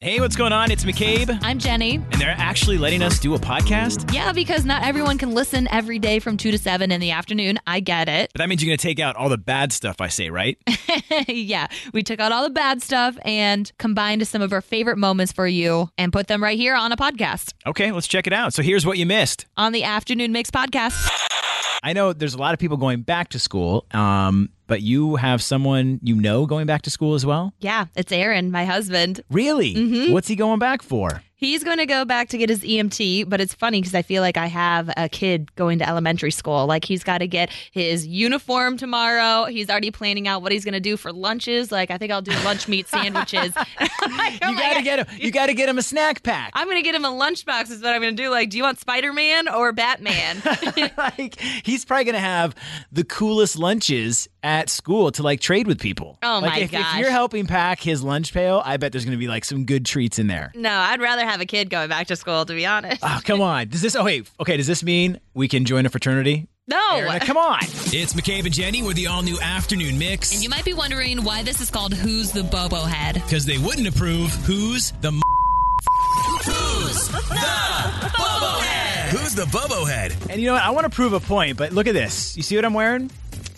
Hey, what's going on? It's McCabe, I'm Jenny. and they're actually letting us do a podcast. Yeah, because not everyone can listen every day from 2 to 7 in the afternoon. I get it. But that means you're going to take out all the bad stuff I say, right? yeah, we took out all the bad stuff and combined some of our favorite moments for you and put them right here on a podcast okay, let's check it out. So here's what you missed. on the Afternoon Mix podcast. I know there's a lot of people going back to school, um, but you have someone you know going back to school as well? Yeah, it's Aaron, my husband. Really? Mm-hmm. What's he going back for? He's going to go back to get his EMT, but it's funny because I feel like I have a kid going to elementary school. Like he's got to get his uniform tomorrow. He's already planning out what he's going to do for lunches. Like I think I'll do lunch meat sandwiches. Like, oh you my gotta God. get him. You gotta get him a snack pack. I'm gonna get him a lunchbox. Is what I'm gonna do. Like, do you want Spider Man or Batman? like he's probably gonna have the coolest lunches at school to like trade with people. Oh, like, my if, If gosh. you're helping pack his lunch pail, I bet there's gonna be like some good treats in there. no, I'd rather have a kid going back to school. To be honest, Oh, come on. Does this? Oh, wait. Okay. Does this mean we can join a fraternity? no. Aaron, come on. It's McCabe and Jenny with the all-new afternoon mix You might be wondering why this is called "Who's the Bobo Head." because they wouldn't approve. Who's the Who's the Bobo Head? and you know what? I want to prove a point, but look at this. You see what I'm wearing?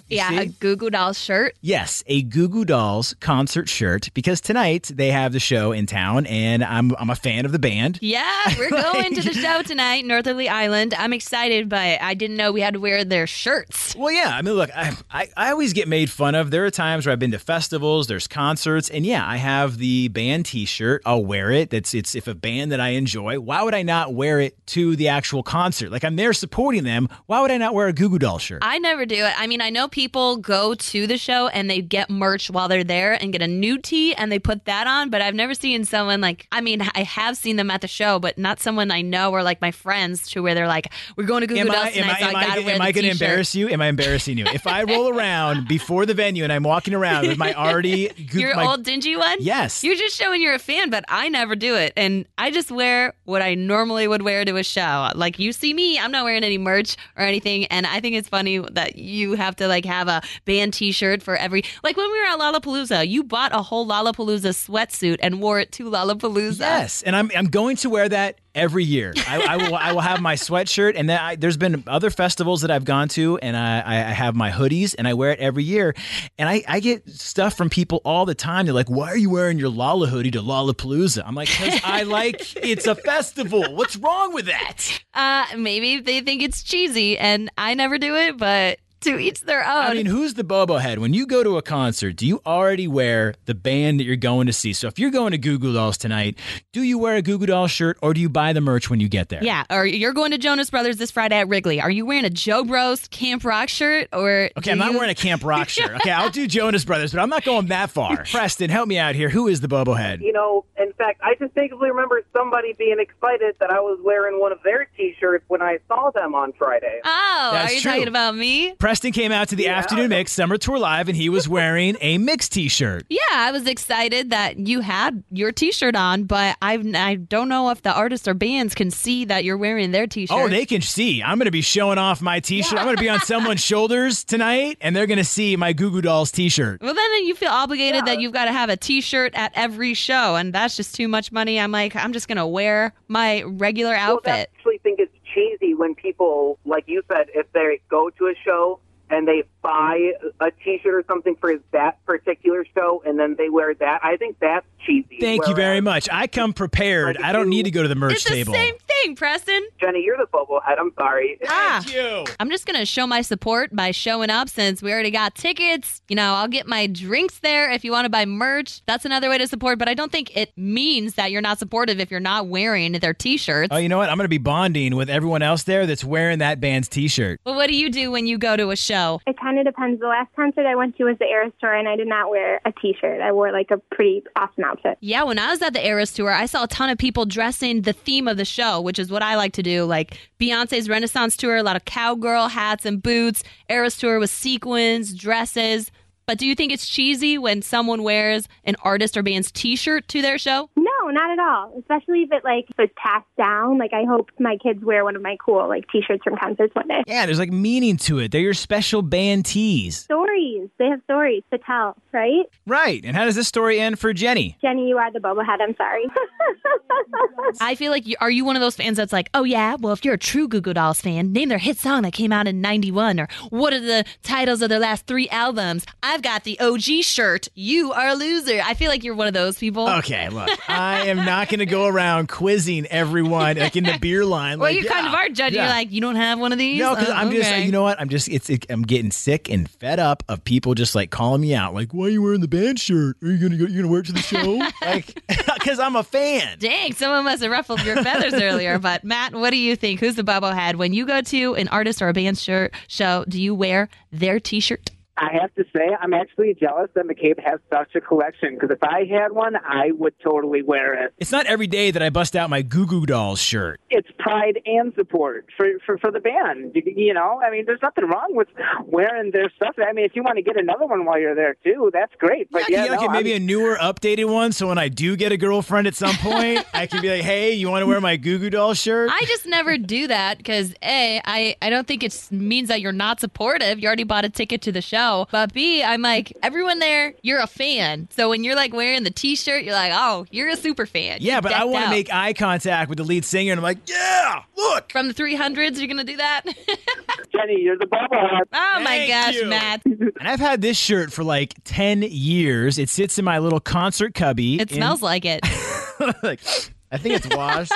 Yeah, see? a Goo Goo Doll shirt. Yes, a Goo Goo Dolls concert shirt because tonight they have the show in town, and I'm I'm a fan of the band. Yeah, we're going to the show tonight, Northerly Island. I'm excited, but I didn't know we had to wear their shirts. Well, yeah. I mean, look, I, I, I always get made fun of. There are times where I've been to festivals, there's concerts, and yeah, I have the band T-shirt. I'll wear it. That's it's if a band that I enjoy. Why would I not wear it to the actual concert? Like I'm there supporting them. Why would I not wear a Goo Goo Doll shirt? I never do it. I mean, I know people go to the show and they get merch while they're there and get a new tee and they put that on, but I've never seen someone like, I mean, I have seen them at the show, but not someone I know or like my friends to where they're like, we're going to Goo Goo Am I, Dolls am tonight, I, so I am I, gotta wear am the I going to t-shirt." embarrass you? Am I embarrassing you? If I roll around before the venue and I'm walking around with my already goo, Your my, old dingy one? Yes. You're just showing you're a fan, but I never do it. And I just wear what I normally would wear to a show. Like you see me, I'm not wearing any merch or anything. And I think it's funny that you have to like have a band t shirt for every like when we were at Lollapalooza, you bought a whole Lollapalooza sweatsuit and wore it to Lollapalooza. Yes, and I'm I'm going to wear that every year. I, I will I will have my sweatshirt, and then I, there's been other festivals that I've gone to, and I I I have my hoodies, and I wear it every year, and I I get stuff from people all the time. They're like, "Why are you wearing your Lala hoodie to Lollapalooza?" I'm like, "Cause I like it's a festival. What's wrong with that?" Uh maybe they think it's cheesy and I never do it, but to each their own. I mean, who's the bobo head? When you go to a concert, do you already wear the band that you're going to see? So if you're going to Goo Goo Dolls tonight, do you wear a Goo Goo Dolls shirt or do you buy the merch when you get there? yeah, or you're going to Jonas Brothers this Friday at Wrigley. Are you wearing a Joe Bros Camp Rock shirt or Okay, I'm not wearing a Camp Rock shirt. Okay, I'll do Jonas Brothers, but I'm not going that far. Preston, help me out here. Who is the bobblehead? you know, in fact, I distinctly remember somebody being excited that I was wearing one of their T-shirts when I saw them on Friday. Oh, That's are you true. talking about me? Preston came out to the afternoon mix summer tour live, and he was wearing a mix T-shirt. Yeah, I was excited that you had your T-shirt on, but I I don't know if the artists or bands can see that you're wearing their T-shirt. Oh, they can see. I'm going to be showing off my T-shirt. I'm going to be on someone's shoulders tonight, and they're going to see my Goo Goo Dolls T-shirt. well, then you feel obligated that you've got to have a T-shirt at every show, and that's just too much money. I'm like, I'm just gonna wear my regular I outfit. actually think it's cheesy when people, like you said, if they go to a show and they buy a T-shirt or something for that particular show, and then they wear that. I think that's cheesy. Thank you very Whereas, much. I come prepared. Like I don't you- need to go to the merch it's the table. same thing, Preston. Jenny. You're the bobblehead. I'm sorry. Ah. Thank you. I'm just going to show my support by showing up since we already got tickets. You know, I'll get my drinks there if you want to buy merch. That's another way to support, but I don't think it means that you're not supportive if you're not wearing their t shirts. Oh, you know what? I'm going to be bonding with everyone else there that's wearing that band's T-shirt. But what do you do when you go to a show? It kind of depends. The last concert I went to was the Aeros tour, and I did not wear a T-shirt. I wore like a pretty awesome outfit. Yeah, when I was at the Eras tour, I saw a ton of people dressing the theme of the show, which is what I like to do. Like Beyonce's Renaissance tour, a lot of cowgirl hats and boots. Eras tour with sequins, dresses. But do you think it's cheesy when someone wears an artist or band's t shirt to their show? No, No, not at all. Especially if it like was passed down. Like I hope my kids wear one of my cool like t-shirts from concerts one day. Yeah, there's like meaning to it. They're your special band tees. Stories. They have stories to tell, right? Right. And how does this story end for Jenny? Jenny, you are the bobblehead. I'm sorry. I feel like you, are you one of those fans that's like, oh yeah, well if you're a true Goo Goo Dolls fan, name their hit song that came out in '91, or what are the titles of their last three albums? I've got the OG shirt. You are a loser. I feel like you're one of those people. Okay, look, I am not going to go around quizzing everyone like in the beer line. well, like, you kind of yeah, are judging. yeah. You're like, you don't have one of these. No, because Oh, I'm just okay. like, you know what? I'm just it's it, I'm getting sick and fed up of people just like calling me out. Like, why are you wearing the band shirt? Are you gonna go, you gonna wear it to the show? like, because I'm a fan. Dang, someone must have ruffled your feathers earlier. But Matt, what do you think? Who's the bobblehead? When you go to an artist or a band shirt show, do you wear their T-shirt? I have to say, I'm actually jealous that McCabe has such a collection because if I had one, I would totally wear it. It's not every day that I bust out my Goo Goo Dolls shirt. It's pride and support for, for, for the band. You, you know, I mean, there's nothing wrong with wearing their stuff. I mean, if you want to get another one while you're there too, that's great. But yeah, yeah, okay, no, maybe I'm- a newer, updated one. So when I do get a girlfriend at some point, I can be like, "Hey, you want to wear my Goo Goo Doll shirt?" I just never do that because a I I don't think it means that you're not supportive. You already bought a ticket to the show, but b I'm like everyone there. You're a fan, so when you're like wearing the T-shirt, you're like, oh, you're a super fan. yeah, You're but I decked want to out. make eye contact with the lead singer, and I'm like, "Yeah, look." from the 300s. You're gonna do that? Jenny, you're the bobblehead. oh my Thank gosh, you. Matt, And I've had this shirt for like ten years. It sits in my little concert cubby. it in- smells like it. like I think it's washed.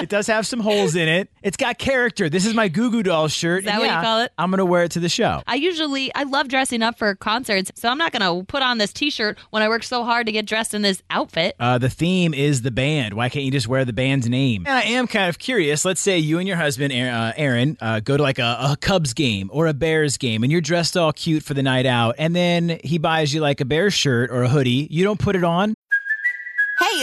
it does have some holes in it. It's got character. This is my Goo Goo Doll shirt. Is that and what you yeah, call it? I'm gonna wear it to the show. I usually I love dressing up for concerts, so I'm not gonna put on this T-shirt when I work so hard to get dressed in this outfit. Uh, the theme is the band. Why can't you just wear the band's name? And I am kind of curious. Let's say you and your husband, Aaron, uh, Aaron uh, go to like a, a Cubs game or a Bears game, and you're dressed all cute for the night out, and then he buys you like a Bears shirt or a hoodie. You don't put it on. Hey,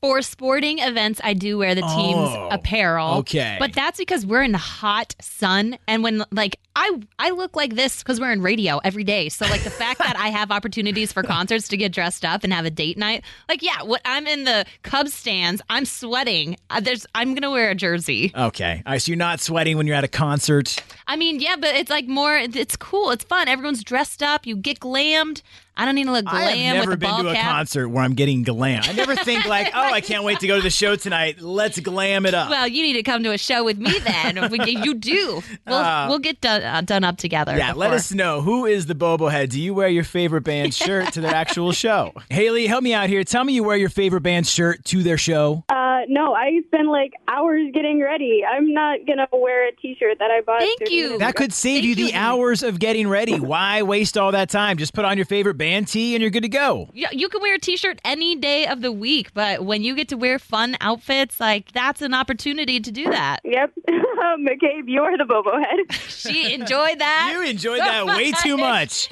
For sporting events, I do wear the team's Oh, apparel. okay. But that's because we're in the hot sun and when like I I look like this cuz we're in radio every day. So like the fact that I have opportunities for concerts to get dressed up and have a date night. Like yeah, what I'm in the Cubs stands, I'm sweating. Uh, There's I'm going to wear a jersey. Okay. All right. So you're not sweating when you're at a concert. I mean, yeah, but it's like more it's cool. It's fun. Everyone's dressed up. You get glammed. I don't need to look glam I have with never a been ball to a cap. concert where I'm getting glam. I never think like, oh, I can't wait to go to the show tonight. Let's glam it up. Well, you need to come to a show with me then. If we- you do. We'll, we'll get done, uh, done up together. yeah, let before. us know who is the Bobo head. Do you wear your favorite band shirt to their actual show? Haley, help me out here. Tell me you wear your favorite band shirt to their show. Oh, Uh, no, I spend like hours getting ready. I'm not gonna wear a T-shirt that I bought. Thank 30 you. minutes That could save Thank you you, the Haley. hours of getting ready. Why waste all that time? Just put on your favorite band tee and you're good to go. Yeah, you can wear a t-shirt any day of the week, but when you get to wear fun outfits, like that's an opportunity to do that. Yep, McCabe, you're the bobo head. She enjoyed that. You enjoyed that way too much.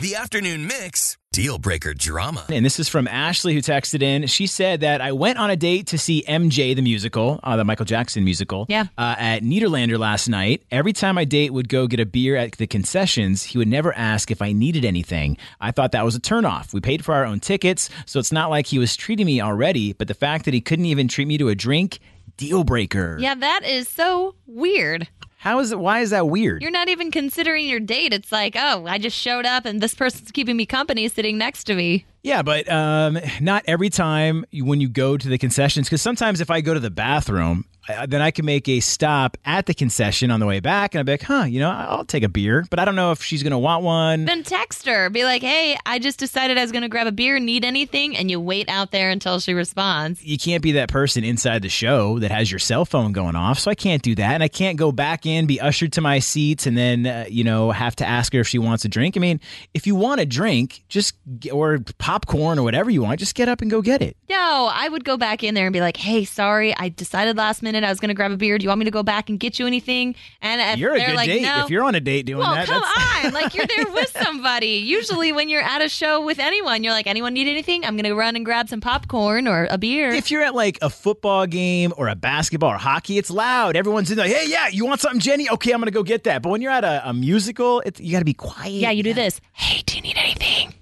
the afternoon mix, deal breaker drama. And this is from Ashley, who texted in. She said that I went on a date to see MJ, the musical, uh, the Michael Jackson musical, Yeah. uh, at Niederlander last night. Every time my date would go get a beer at the concessions, he would never ask if I needed anything. I thought that was a turnoff. We paid for our own tickets, so it's not like he was treating me already, but the fact that he couldn't even treat me to a drink, deal breaker. Yeah, that is so weird. How is it? Why is that weird? You're not even considering your date. It's like, oh, I just showed up and this person's keeping me company sitting next to me. Yeah, but um, not every time you, when you go to the concessions, because sometimes if I go to the bathroom, I, then I can make a stop at the concession on the way back, and I'll be like, huh, you know, I'll take a beer, but I don't know if she's gonna want one. Then text her. Be like, hey, I just decided I was going to grab a beer. Need anything? And you wait out there until she responds. you can't be that person inside the show that has your cell phone going off. So I can't do that. And I can't go back in, be ushered to my seats, and then, uh, you know, have to ask her if she wants a drink. I mean, if you want a drink, just, g- or popcorn or whatever you want, just get up and go get it. No, I would go back in there and be like, hey, sorry, I decided last minute I was going to grab a beer. Do you want me to go back and get you anything? And if you're a they're good like, date. no. If you're on a date doing well, that, come that's. on. Like, you're there with somebody. Usually, when you're at a show with anyone, you're like, anyone need anything? I'm going to run and grab some popcorn or a beer. If you're at like a football game or a basketball or hockey, it's loud. Everyone's in there. Hey, yeah, you want something, Jenny? Okay, I'm gonna go get that. But when you're at a, a musical, it's, you got to be quiet. yeah, you do this. Hey, do you need anything?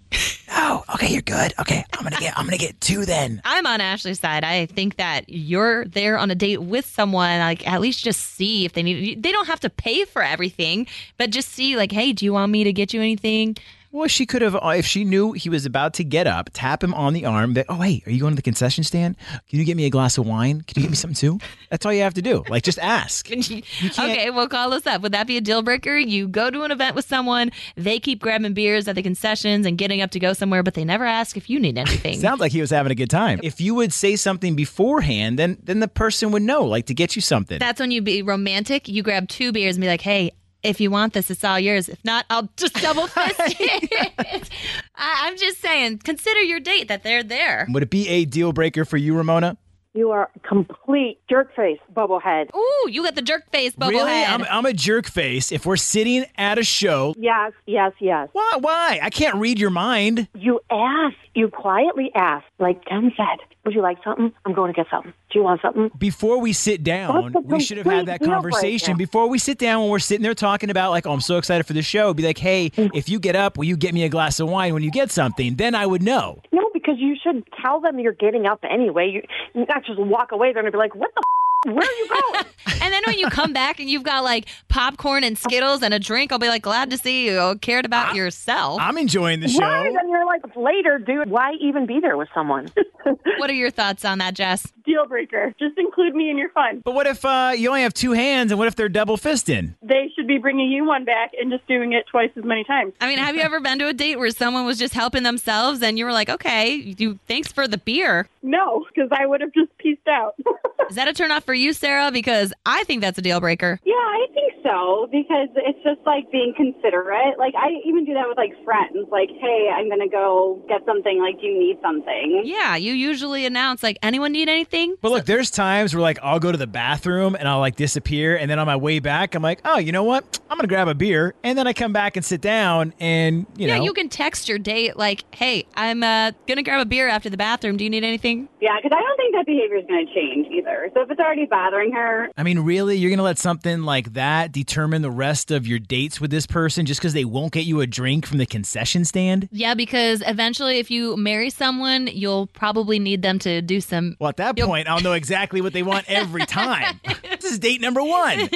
Oh, okay, you're good. Okay, I'm gonna get. I'm gonna get two then. I'm on Ashley's side. I think that you're there on a date with someone. Like, at least just see if they need. They don't have to pay for everything, but just see, like, hey, do you want me to get you anything? Well, she could have, uh, if she knew he was about to get up, tap him on the arm. That, oh, hey, are you going to the concession stand? Can you get me a glass of wine? Can you get me something too? That's all you have to do. Like, just ask. can't- okay, well, call us up. Would that be a deal breaker? You go to an event with someone, they keep grabbing beers at the concessions and getting up to go somewhere, but they never ask if you need anything. Sounds like he was having a good time. If you would say something beforehand, then then the person would know, like, to get you something. That's when you be romantic. You grab two beers and be like, hey, if you want this, it's all yours. If not, I'll just double fist it. I, I'm just saying, consider your date that they're there. would it be a deal breaker for you, Ramona? You are a complete jerk face, bubblehead. Ooh, you got the jerk face bubblehead. really? I'm, I'm a jerk face. If we're sitting at a show, Yes, yes, yes. why? Why? I can't read your mind. You asked, you quietly asked, like Tim said, would you like something? I'm going to get something. Do you want something? before we sit down, That's a we should have had complete that deal conversation. breaker. Before we sit down, when we're sitting there talking about, like, oh, I'm so excited for the show, be like, hey, Mm. if you get up, will you get me a glass of wine when you get something? Then I would know. No, because you should tell them you're getting up anyway. You, you not just walk away. They're going to be like, what the f-? Where are you going? and then when you come back and you've got like popcorn and Skittles and a drink, I'll be like, glad to see you cared about yourself. I'm enjoying the Right, show. and you're like, later, dude, why even be there with someone? what are your thoughts on that, Jess? Deal breaker. Just include me in your fun. But what if uh, you only have two hands and what if they're double fisting? They should be bringing you one back and just doing it twice as many times. I mean, have you ever been to a date where someone was just helping themselves and you were like, okay, you thanks for the beer? No, because I would have just pieced out. Is that a turnoff for you, Sarah? Because I think that's a deal breaker. Yeah, I think so because it's just like being considerate. Like I even do that with like friends. Like, hey, I'm gonna go get something. Like, do you need something? Yeah, you usually announce like, anyone need anything? But look, there's times where like I'll go to the bathroom and I'll like disappear, and then on my way back, I'm like, oh, you know what? I'm gonna grab a beer, and then I come back and sit down, and you yeah, know, you can text your date like, "Hey, I'm uh, gonna grab a beer after the bathroom. Do you need anything?" Yeah, because I don't think that behavior is gonna change either. So if it's already bothering her, I mean, really, you're gonna let something like that determine the rest of your dates with this person just because they won't get you a drink from the concession stand? Yeah, because eventually, if you marry someone, you'll probably need them to do some. Well, at that point, I'll know exactly what they want every time. this is date number one.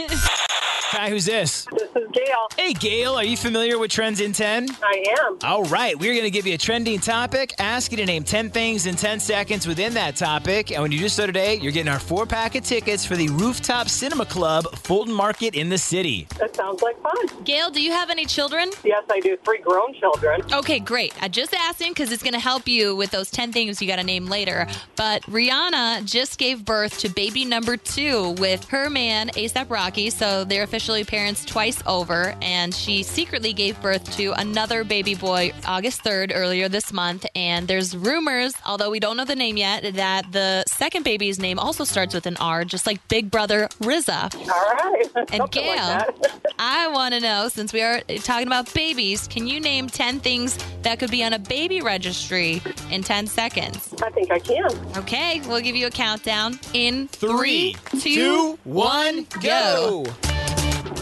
Hi, who's this? This is Gail. Hey, Gail, are you familiar with Trends in 10? I am. All right, we're going to give you a trending topic, ask you to name 10 things in 10 seconds within that topic. And when you do so today, you're getting our four pack of tickets for the Rooftop Cinema Club, Fulton Market in the city. That sounds like fun. Gail, do you have any children? Yes, I do. Three grown children. Okay, great. I just asking because it's gonna help you with those ten things you got to name later. But Rihanna just gave birth to baby number two with her man ASAP Rocky, so they're officially parents twice over. And she secretly gave birth to another baby boy August third earlier this month. And there's rumors, although we don't know the name yet, that the second baby's name also starts with an R, just like Big Brother Rizza. All right. And Something Gail, Like that. I want to know since we are talking about babies, can you name 10 things that could be on a baby registry in 10 seconds? I think I can. Okay, we'll give you a countdown in Three, three, two, one, two, one, go.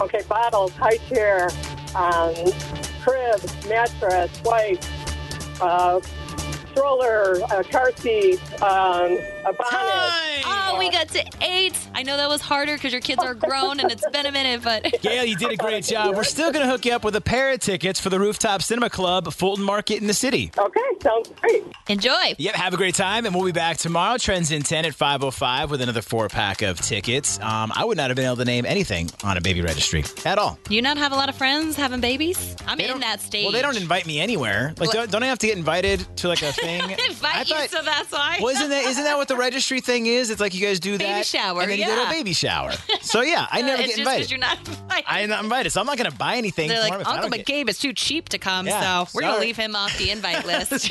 Okay, bottles, high chair, um, crib, mattress, wife, uh, stroller, uh, car seat, um, Oh, we got to eight. I know that was harder because your kids are grown and it's been a minute, but Gail, you did a great job. We're still going to hook you up with a pair of tickets for the Rooftop Cinema Club, Fulton Market in the city. Okay, sounds great. Enjoy. Yep, have a great time, and we'll be back tomorrow. Trends in 10 at 5.05 with another four-pack of tickets. Um, I would not have been able to name anything on a baby registry at all. you not have a lot of friends having babies? I'm in that stage. Well, they don't invite me anywhere. Like, What? don't, don't I have to get invited to, like, a thing? invite you, so that's why. Well, isn't that isn't that what the registry thing is? It's like you guys do that Baby shower, and then you go to yeah. a baby shower. So yeah, I never it's get invited. just because you're not invited. I'm not invited, so I'm not going to buy anything. They're for like, him if I Uncle don't get- McCabe is too cheap to come, Yeah, so we're going to sorry. leave him off the invite list.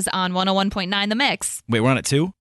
on 101.9 The Mix. Wait, we're on it too?